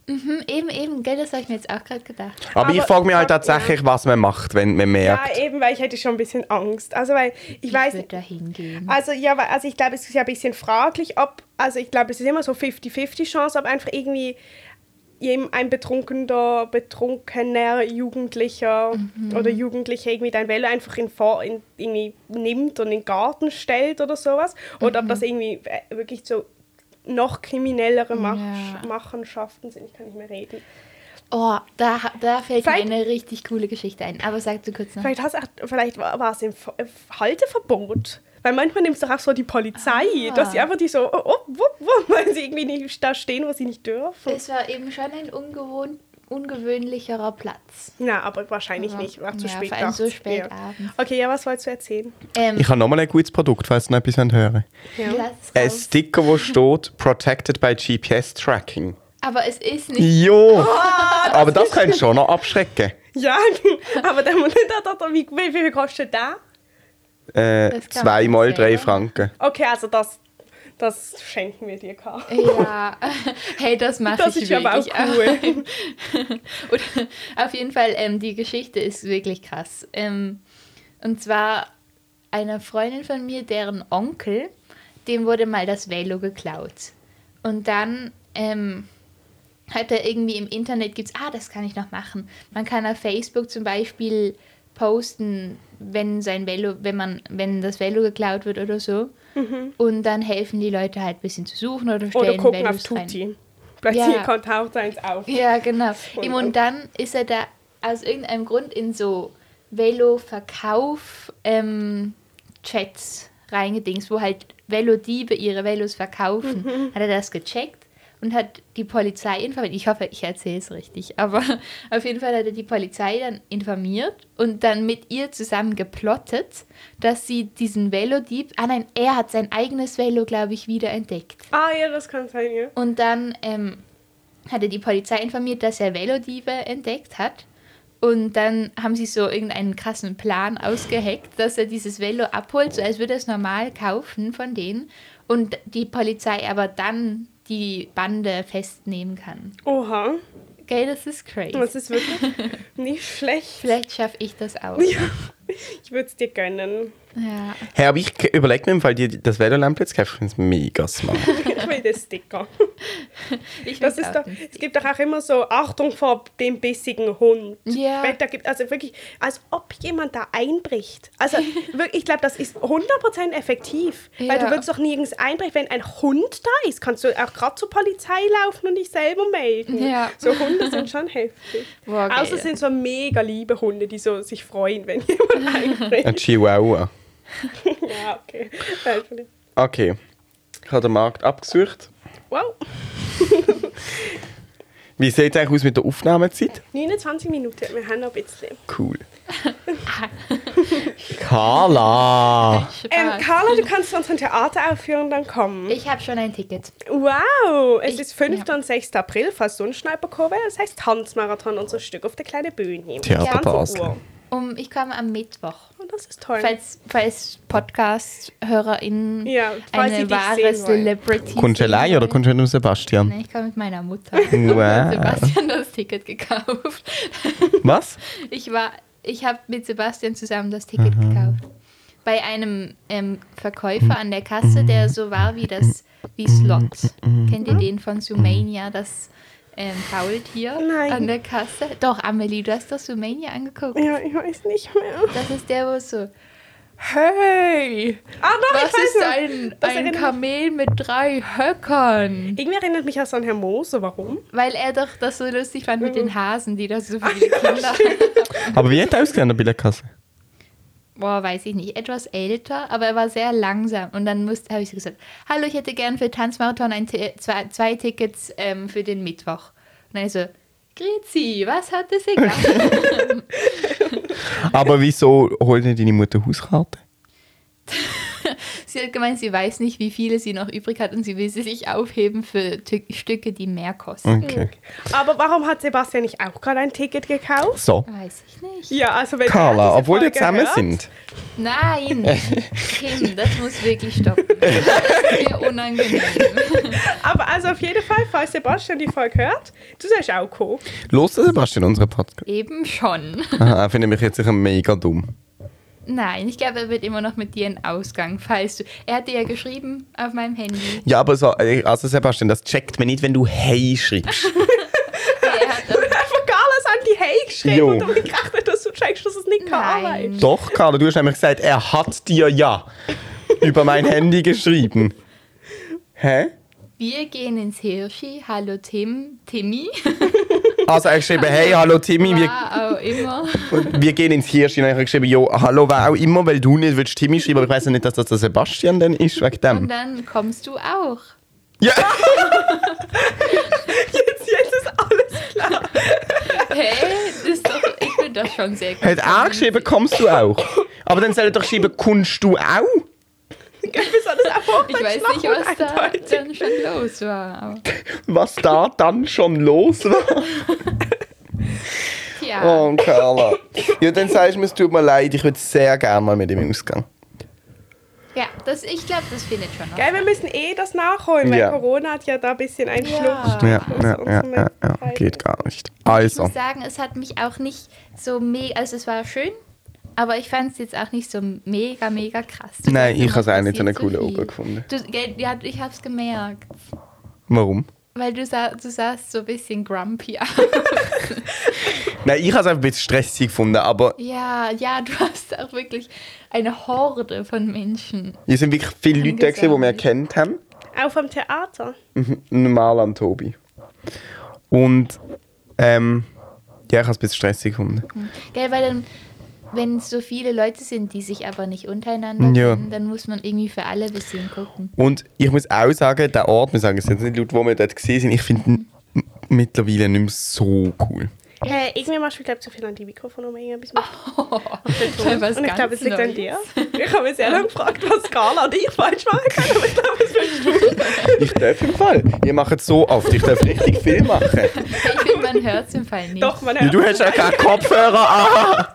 C: Mhm, eben, eben, gell, das habe ich mir jetzt auch gerade gedacht.
A: Aber, ich
B: Aber-
A: frage mich halt
B: Ja.
A: tatsächlich, was man macht, wenn man merkt.
B: Ja, eben, weil ich hätte schon ein bisschen Angst. Also, weil ich,
C: Ich,
B: weiß
C: würde da hingehen.
B: Also ja, weil- also ich glaube, es ist ja ein bisschen fraglich, ob, also ich glaube, es ist immer so 50-50 Chance, ob einfach irgendwie jedem ein betrunkener, betrunkener Jugendlicher oder Jugendliche irgendwie dein Velo einfach in, Vor- in, irgendwie nimmt und in den Garten stellt oder sowas. Oder ob das irgendwie äh, wirklich so noch kriminellere Mach
C: Ja.
B: Machenschaften sind. Ich kann nicht mehr reden.
C: Oh, da, da fällt mir
B: Vielleicht-
C: eine richtig coole Geschichte ein. Aber sag du kurz noch.
B: Vielleicht, hast, auch- vielleicht war war es im Ver- äh, Halteverbot. Weil manchmal nimmt es doch auch so die Polizei,
C: Ah.
B: dass sie einfach die so, oh, oh, wupp, wupp, weil sie irgendwie nicht da stehen, wo sie nicht dürfen.
C: Es war eben schon ein ungewohnt, ungewöhnlicherer Platz.
B: Na, aber wahrscheinlich nicht. War zu
C: Ja,
B: spät.
C: vor allem so
B: nachts.
C: spät
B: ja.
C: abends.
B: Okay, ja, was wolltest du erzählen?
C: Ähm,
A: Ich habe nochmal ein gutes Produkt, falls ihr noch etwas hören wollt.
B: Ja.
C: lass
A: Ein
C: raus.
A: Sticker, wo steht Protected by GPS Tracking.
C: Aber es ist nicht.
A: Jo!
C: Oh,
A: Aber das könnte schon noch abschrecken.
B: ja, aber der Moment, da, da, da, wie, wie viel kostet der?
A: Äh,
C: Das kann man
A: zweimal
C: nicht
A: drei
C: sagen.
A: Franken.
B: Okay, also das, das schenken wir dir, Karl.
C: Ja, hey, das mache
B: Das
C: ich
B: ist ja aber auch
C: wirklich
B: cool.
C: Und auf jeden Fall, ähm, die Geschichte ist wirklich krass. Ähm, und zwar einer Freundin von mir, deren Onkel, dem wurde mal das Velo geklaut. Und dann ähm, hat er irgendwie im Internet gibt's, ah, das kann ich noch machen. Man kann auf Facebook zum Beispiel posten, wenn sein Velo, wenn man, wenn das Velo geklaut wird oder so. Und dann helfen die Leute halt ein bisschen zu suchen oder stellen
B: Mhm. Oder gucken auf
C: Velos rein.
B: Tuti. Plötzlich
C: Ja.
B: kommt taucht eins auf.
C: Ja, genau.
B: Und-
C: Eben, und dann ist er da aus irgendeinem Grund in so Velo-Verkauf-Chats reingedings, wo halt Velodiebe ihre Velos verkaufen. Hat er das gecheckt und hat die Polizei informiert. Ich hoffe, ich erzähle es richtig, aber auf jeden Fall hat er die Polizei dann informiert und dann mit ihr zusammen geplottet, dass sie diesen Velodieb, ah nein, er hat sein eigenes Velo, glaube ich, wiederentdeckt.
B: Ah ja, das kann sein, ja.
C: Und dann ähm, hatte die Polizei informiert, dass er Velodiebe entdeckt hat. Und dann haben sie so irgendeinen krassen Plan ausgeheckt, dass er dieses Velo abholt, so als würde er es normal kaufen von denen. Und die Polizei aber dann die Bande festnehmen kann.
B: Oha,
C: Gell, das ist crazy.
B: das ist wirklich nicht schlecht.
C: Vielleicht schaffe ich das auch.
B: Ich würde es dir gönnen.
C: Ja.
A: Hey, aber ich überlege mir im Fall, die, das Velolampe jetzt kaufen, ist mega smart.
B: Ich will den Sticker.
C: Ich
B: Das
C: will's
B: ist
C: auch
B: doch,
C: nicht.
B: es gibt doch auch immer so Achtung vor dem bissigen Hund.
C: Ja.
B: Weil Da gibt also wirklich, als ob jemand da einbricht. Also wirklich, ich glaube, das ist 100% effektiv. Weil du
C: Ja.
B: würdest doch nirgends einbrechen. Wenn ein Hund da ist, kannst du auch gerade zur Polizei laufen und dich selber melden.
C: Ja.
B: So Hunde sind schon heftig.
C: Boah, geil.
B: Außer es sind so mega liebe Hunde, die so sich freuen, wenn jemand
A: Ein
B: einbricht.
A: Chihuahua.
B: ja, okay. Nein, vielleicht-
A: Okay. Ich habe den Markt abgesucht.
B: Wow,
A: Wie sieht es eigentlich aus mit der Aufnahmezeit?
B: 29 Minuten, wir haben noch ein bisschen.
A: Cool.
D: Carla!
B: Ähm, Carla, du kannst unseren Theateraufführung dann kommen.
C: Ah. ich habe schon ein Ticket.
B: Wow, es
C: Ich-
B: ist 5. und 6. April, falls du einen Schneiperchor wäre. Es heißt Tanzmarathon, unser Stück auf der kleinen Bühne.
D: Theater
B: 20
D: Basel.
B: Uhr.
C: Um, ich komme am Mittwoch.
B: Und das ist toll.
C: Falls, falls Podcast-HörerInnen
B: Ja, falls sie
C: eine
B: dich
C: wahre
B: sehen wollen.
C: Celebrity
D: Kommst du
C: sehen
D: allein oder
C: wollen.
D: kommst du mit dem Sebastian?
C: Nein, ich komme mit meiner Mutter.
D: Wow.
C: Sebastian das Ticket gekauft.
D: Was?
C: Ich war, ich habe mit Sebastian zusammen das Ticket
D: Mhm.
C: gekauft. Bei einem ähm, Verkäufer an der Kasse, der
D: Mhm.
C: so war wie das wie Slot. Kennt
B: Mhm.
C: ihr den von Sumania, das ähm, Faultier
B: Nein.
C: an der Kasse? Doch, Amelie, du hast doch Sumania angeguckt.
B: ja, ich weiß nicht mehr.
C: Das ist der, wo so Hey,
B: Ah, doch,
C: was
B: ich weiß
C: ist
B: noch.
C: ein,
B: Das
C: ein
B: erinnert-
C: Kamel mit drei Höckern?
B: Irgendwie erinnert mich das an Herr Mose. Warum?
C: Weil er doch das so lustig fand mit den Hasen, die da so viele Kinder
D: Aber wie hat er ausgesehen an der Bilderkasse?
C: boah, weiß ich nicht, etwas älter, aber er war sehr langsam. Und dann musste, habe ich so gesagt, hallo, ich hätte gern für Tanzmarathon ein, Ti- zwei, zwei Tickets ähm, für den Mittwoch. Und dann so, Grizi, was hat es egal?
D: Aber wieso holt nicht deine Mutter Hauskarte?
C: sie hat gemeint, sie weiß nicht, wie viele sie noch übrig hat und sie will sie sich aufheben für Tü Stücke, die mehr kosten.
D: Okay.
B: Aber warum hat Sebastian nicht auch gerade ein Ticket gekauft?
D: So.
C: Weiß ich nicht.
B: Ja, also wenn er
D: Carla,
B: diese
D: obwohl wir
B: Folge
D: zusammen
B: hört-
D: sind.
C: Nein, Kim, das muss wirklich stoppen. Das ist mir unangenehm.
B: Aber also auf jeden Fall, falls Sebastian die Folge hört, du sollst auch kommen.
D: Los, der Sebastian, unseren Podcast.
C: Eben schon.
D: Aha, er findet mich jetzt sicher mega dumm.
C: Nein, ich glaube, er wird immer noch mit dir in Ausgang, falls du. Er hat dir ja geschrieben auf meinem Handy.
D: Ja, aber so, äh, also Sebastian, das checkt man nicht, wenn du Hey schreibst.
C: Er hat auch,
B: Einfach Carla ist an die Hey geschrieben
D: Ähm, Jo.
B: und damit gerechnet, dass du checkst, dass es nicht Carla
C: Nein.
B: ist.
D: Doch, Carla, du hast nämlich gesagt, er hat dir ja über mein Handy geschrieben. Hä?
C: wir gehen ins Hirschi. Hallo Tim. Timmy.
D: Also er hat geschrieben, hey, hallo Timmy, wir,
C: War auch immer.
D: wir gehen ins Hirsch. Und dann habe ich geschrieben, jo, hallo, wer auch immer, weil du nicht willst Timmy schreiben, aber ich weiß ja nicht, dass das der Sebastian denn ist, wegen
C: Und
D: dem.
C: dann kommst du auch.
D: Ja,
B: Jetzt, jetzt ist alles klar.
C: Hey, das ist doch, ich bin doch schon sehr gut.
D: hat er geschrieben, kommst du auch. Aber dann soll er doch schreiben, kommst du auch?
B: Gell, wir sollen das auch
C: Ich
B: hochdeutsch
C: weiß nicht,
B: machen,
C: was da
B: eindeutig.
C: dann schon los war. Aber,
D: Was da dann schon los war?
C: tja,
D: Oh, Carla. Ja, dann sagst du mir, es tut mir leid, ich würde sehr gerne mal mit ihm ausgehen.
C: ja das, ich glaube, das findet schon noch.
B: Gell, wir müssen eh das nachholen, weil
D: Ja.
B: Corona hat ja da ein bisschen einen
C: Ja.
B: Schluck.
D: Ja, ja, ja, ja, ja, geht gar nicht. Also,
C: muss sagen, es hat mich auch nicht so mega, also es war schön, aber ich fand es jetzt auch nicht so mega, mega krass.
D: Nein, ich
C: Immer
D: hab's auch nicht so eine
C: passiert
D: coole
C: viel.
D: Oper gefunden.
C: Du, gell, ja, ich hab's gemerkt,
D: warum?
C: weil du, sah, du sahst so ein bisschen grumpy aus.
D: Nein, ich habe es einfach ein bisschen stressig gefunden, aber
C: ja, ja, du hast auch wirklich eine Horde von Menschen.
D: hier sind wirklich viele Leute da, gewesen, die wir erkannt haben.
B: Auch vom Theater.
D: Normal an Tobi. Und, ähm, ja, ich habe es ein bisschen stressig gefunden.
C: Gell, weil dann, wenn so viele Leute sind, die sich aber nicht untereinander
D: Ja.
C: kennen, dann muss man irgendwie für alle ein bisschen gucken.
D: Und ich muss auch sagen, der Ort, wir sagen es jetzt nicht laut, wo wir dort gesehen sind, ich finde ihn m- mittlerweile nicht mehr so cool.
B: Äh, irgendwie machst du, glaube ich, zu viel an die Mikrofone um irgendwas mit.
C: Oh. Was
B: und ich glaube,
C: ganz
B: es liegt an
C: Neues.
B: dir. Ich habe mich sehr lange gefragt, was Carla und ich falsch machen können, aber ich glaube, es bist du.
D: Ich darf im Fall. Ihr macht es so oft, ich darf richtig viel machen.
C: Ich finde, man hört es im Fall nicht.
B: Doch, man
D: Ja,
B: hört
D: du hast ja keinen Kopfhörer an.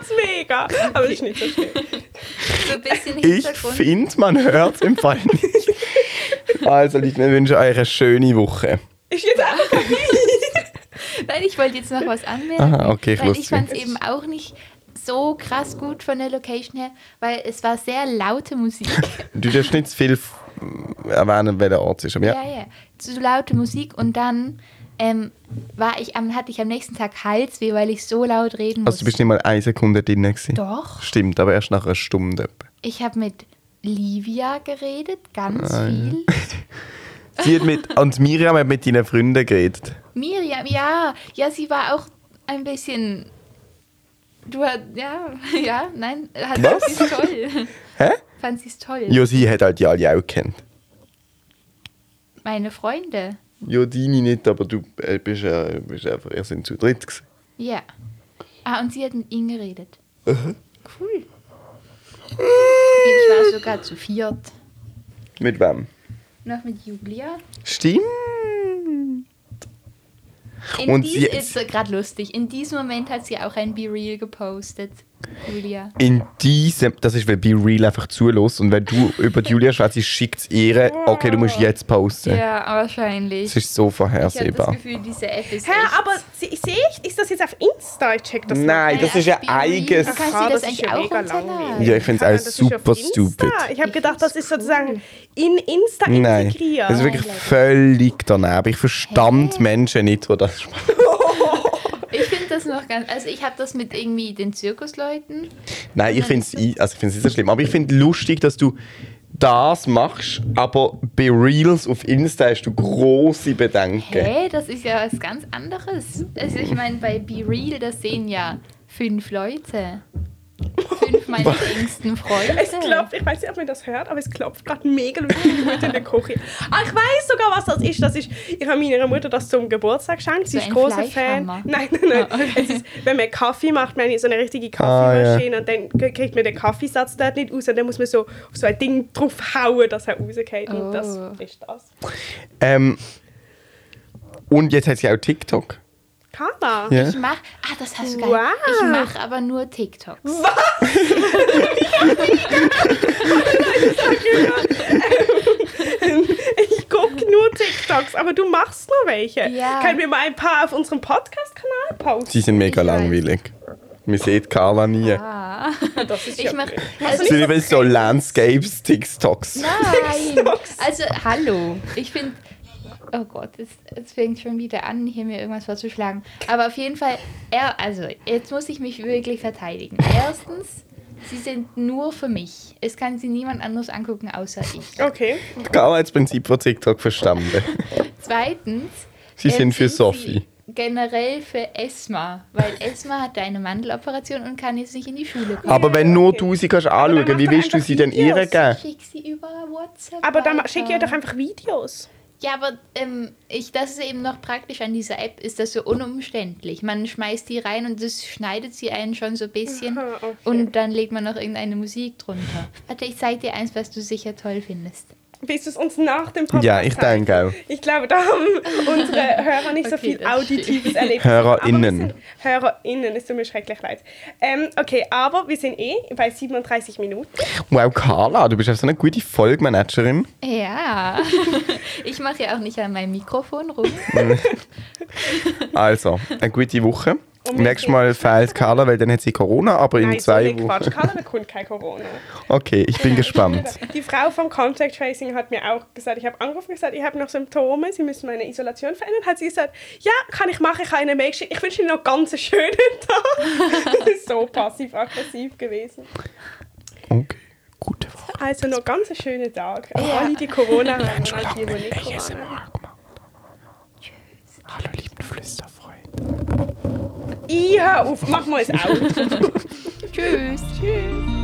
B: es mega. Aber das ist nicht so schlimm.
C: so ein bisschen
D: Ich
C: Hintergrund.
D: finde, man hört im Fall nicht. Also, Leute, wir wünschen euch eine schöne Woche.
B: Ist jetzt einfach
C: Nein, ich wollte jetzt noch was anmerken.
D: Aha, okay, ich
C: weil ich
D: wusste.
C: fand es eben auch nicht so krass gut von der Location her, weil es war sehr laute Musik.
D: Du darfst nicht zu viel f- erwähnen, welcher Ort es ist. Aber
C: ja,
D: ja.
C: ja. Zu laute Musik und dann ähm, war ich am, hatte ich am nächsten Tag Halsweh, weil ich so laut reden
D: Also,
C: musste.
D: du bist nicht mal eine Sekunde drin. Gewesen.
C: Doch,
D: Stimmt, aber erst nach einer Stunde. etwa.
C: ich habe mit Livia geredet, ganz
D: Ah,
C: viel.
D: Sie hat mit, und Miriam hat mit deinen Freunden geredet.
C: Miriam, ja, ja, sie war auch ein bisschen. Du hat, ja, ja, nein, hat
D: Was?
C: sie toll.
D: Hä?
C: Fand sie es toll.
D: Ja, sie hat halt die alle auch kennt.
C: Meine Freunde.
D: Ja, deine nicht, aber du äh, bist, äh, bist einfach, ihr sind zu dritt gewesen.
C: Ja. Ah, und sie hat mit ihm geredet. Cool. Ich war sogar zu viert.
A: Mit wem?
C: Noch mit Julia.
A: Stimmt.
C: In
A: Und
C: dies
A: sie-
C: ist gerade lustig. In diesem Moment hat sie auch ein Be Real gepostet. Julia.
D: In diesem, das ist, wenn Be Real einfach zulässt und wenn du über die Julia schwätzt, schickt es ihr, okay, du musst jetzt posten.
C: Ja, wahrscheinlich.
D: Das ist so
C: Ich habe das
D: vorhersehbar.
C: Gefühl, diese App ist
B: Hä,
C: echt...
B: aber se- sehe ich, ist das jetzt auf Insta? Ich check das
A: Nein, das ist ja
C: Be Real.
A: eigenes.
C: Kannst du
B: Ah,
C: das,
B: das ist
C: eigentlich
B: ja
C: auch
B: mega
C: runterladen?
B: langweilig.
D: Ja, ich finde es
B: Nein,
D: alles
B: das ist auf
D: super
B: Insta.
D: stupid.
B: Ich habe
C: Ich
B: gedacht, das ist
C: find's cool.
B: sozusagen in Insta
D: Nein,
B: integriert.
D: das ist wirklich völlig daneben. Ich verstand Menschen nicht, die das machen.
C: Ich finde das noch ganz... Also ich habe das mit irgendwie den Zirkusleuten.
D: Nein, ich finde es also ich find's nicht so schlimm, aber ich finde lustig, dass du das machst, aber bei Reels auf Insta hast du große Bedenken.
C: Hä, das ist ja was ganz anderes. Also ich meine, bei Be Real, das sehen ja fünf Leute. Fünf meiner engsten Freunde.
B: Es klopft, ich weiß nicht, ob man das hört, aber es klopft gerade mega lustig die Mutter in der Küche. Ah, ich weiß sogar, was das ist. Das ist ich habe meiner Mutter das zum Geburtstag geschenkt. Sie
C: So
B: ist
C: ein
B: großer Fan.
C: Fleischhammer.
B: Nein, nein, nein.
C: Ah, okay.
B: es ist, wenn man Kaffee macht, man hat so eine richtige
D: Ah,
B: Kaffeemaschine und dann k- kriegt man den Kaffeesatz dort nicht raus und dann muss man so auf so ein Ding draufhauen, dass er rausgeht. Und das
C: Oh.
B: ist das.
D: Ähm, und jetzt hat sie auch TikTok.
B: Kana.
D: Ja.
C: Ich mach, ah, das hast du gar
B: Wow.
C: nicht. Ich mache aber nur TikToks.
B: Ich gucke nur TikToks, aber du machst nur welche.
C: Ja.
B: Können wir mal ein paar auf unserem Podcast-Kanal posten?
D: Sie sind mega
C: Ich weiß.
D: langweilig. Man sieht Carla nie.
C: Ah.
B: Das ist
C: Ich mache,
D: Sie
C: also,
D: sind übrigens so Landscapes-TikToks.
C: nein.
B: TikToks.
C: Also, hallo. Ich finde, oh Gott, es, es fängt schon wieder an, hier mir irgendwas vorzuschlagen. Aber auf jeden Fall, er, also, jetzt muss ich mich wirklich verteidigen. Erstens, sie sind nur für mich. Es kann sie niemand anderes angucken, außer ich.
B: Okay.
D: Carla hat das Prinzip von TikTok verstanden.
C: Zweitens.
D: Sie
C: ähm,
D: sind für
C: sie
D: Sophie.
C: Generell für Esma, weil Esma hat eine Mandeloperation und kann jetzt nicht in die Schule kommen.
D: Aber wenn nur
B: okay.
D: du sie kannst
B: Aber dann
D: anschauen, wie
B: macht
D: willst du
B: einfach
D: sie denn
B: Videos.
D: ihr geben?
C: Schick sie über WhatsApp.
B: Aber dann
C: weiter.
B: ma- schick ihr doch einfach Videos.
C: Ja, aber ähm, ich, das ist eben noch praktisch an dieser App, ist das so unumständlich. Man schmeißt die rein und das schneidet sie einen schon so ein bisschen.
B: Aha, okay.
C: Und dann legt man noch irgendeine Musik drunter. Warte, ich zeig dir eins, was du sicher toll findest.
B: Willst du es uns nach dem Podcast
D: Ja, ich
B: zeigen?
D: denke auch.
B: Ich glaube, da haben unsere Hörer nicht so
C: Okay,
B: viel
C: das
B: auditives Erlebnis. Aber
D: HörerInnen.
B: wir sind- HörerInnen, es tut mir schrecklich leid. Ähm, okay, aber wir sind eh bei 37 Minuten.
D: Wow, Carla, du bist ja so eine gute Folgemanagerin.
C: Ja. ich mache ja auch nicht an meinem Mikrofon rum.
D: Also, eine gute Woche.
B: Und wir
D: Nächstes
B: sehen
D: Mal fehlt Carla, weil dann hat sie Corona, aber in
B: Nein,
D: zwei
B: sorry,
D: Wochen.
B: Quatsch, keiner bekommt kein Corona.
D: Okay, ich bin gespannt.
B: Die Frau vom Contact Tracing hat mir auch gesagt, ich habe angerufen und gesagt, ich habe noch Symptome, sie müssen meine Isolation verändern. Hat sie gesagt, ja, kann ich machen, ich habe eine Mail geschickt. Ich wünsche Ihnen noch ganz einen schönen Tag. Das ist so passiv-aggressiv gewesen.
D: Okay, gute Woche.
B: Also noch ganz einen schönen Tag. An
C: Ja.
B: alle, die Corona haben und an die, die nicht Corona haben.
D: ASMR gemacht. Hallo, lieben Flüsterfreunde.
B: Ich hör auf, mach mal ein Auto.
C: Tschüss.
B: Tschüss.